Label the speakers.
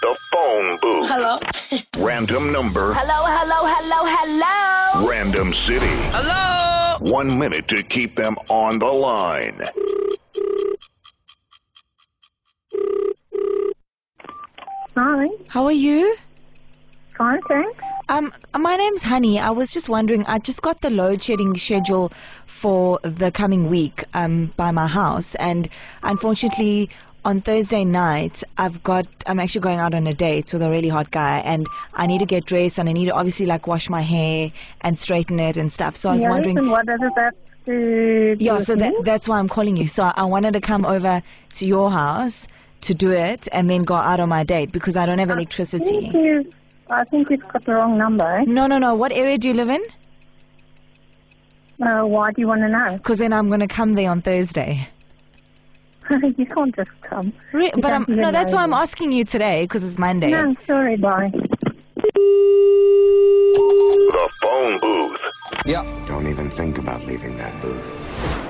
Speaker 1: phone booth.
Speaker 2: Hello.
Speaker 1: Random number.
Speaker 3: Hello, hello, hello, hello.
Speaker 1: Random city.
Speaker 2: Hello.
Speaker 1: One minute to keep them on the line.
Speaker 4: Hi.
Speaker 5: How are you?
Speaker 4: Fine, thanks.
Speaker 5: Um, my name's Honey. I was just wondering. I just got the load shedding schedule for the coming week um, by my house, and unfortunately, on Thursday night, I've got. I'm actually going out on a date with a really hot guy, and I need to get dressed, and I need to obviously like wash my hair and straighten it and stuff. So I was
Speaker 4: yes,
Speaker 5: wondering.
Speaker 4: and what does that do?
Speaker 5: Yeah,
Speaker 4: to
Speaker 5: so
Speaker 4: you?
Speaker 5: that, that's why I'm calling you. So I wanted to come over to your house to do it, and then go out on my date because I don't have
Speaker 4: I
Speaker 5: electricity.
Speaker 4: think you. I think you've got the wrong number. eh?
Speaker 5: No, no, no. What area do you live in?
Speaker 4: Uh, why do you want to know?
Speaker 5: Because then I'm going to come there on Thursday.
Speaker 4: you can't just come.
Speaker 5: Re-
Speaker 4: You
Speaker 5: but I'm,
Speaker 4: don't even
Speaker 5: no, that's
Speaker 4: know
Speaker 5: why I'm
Speaker 4: yet.
Speaker 5: asking you today because it's Monday.
Speaker 4: No, sorry, bye.
Speaker 1: The phone booth.
Speaker 6: Don't even think about leaving that booth.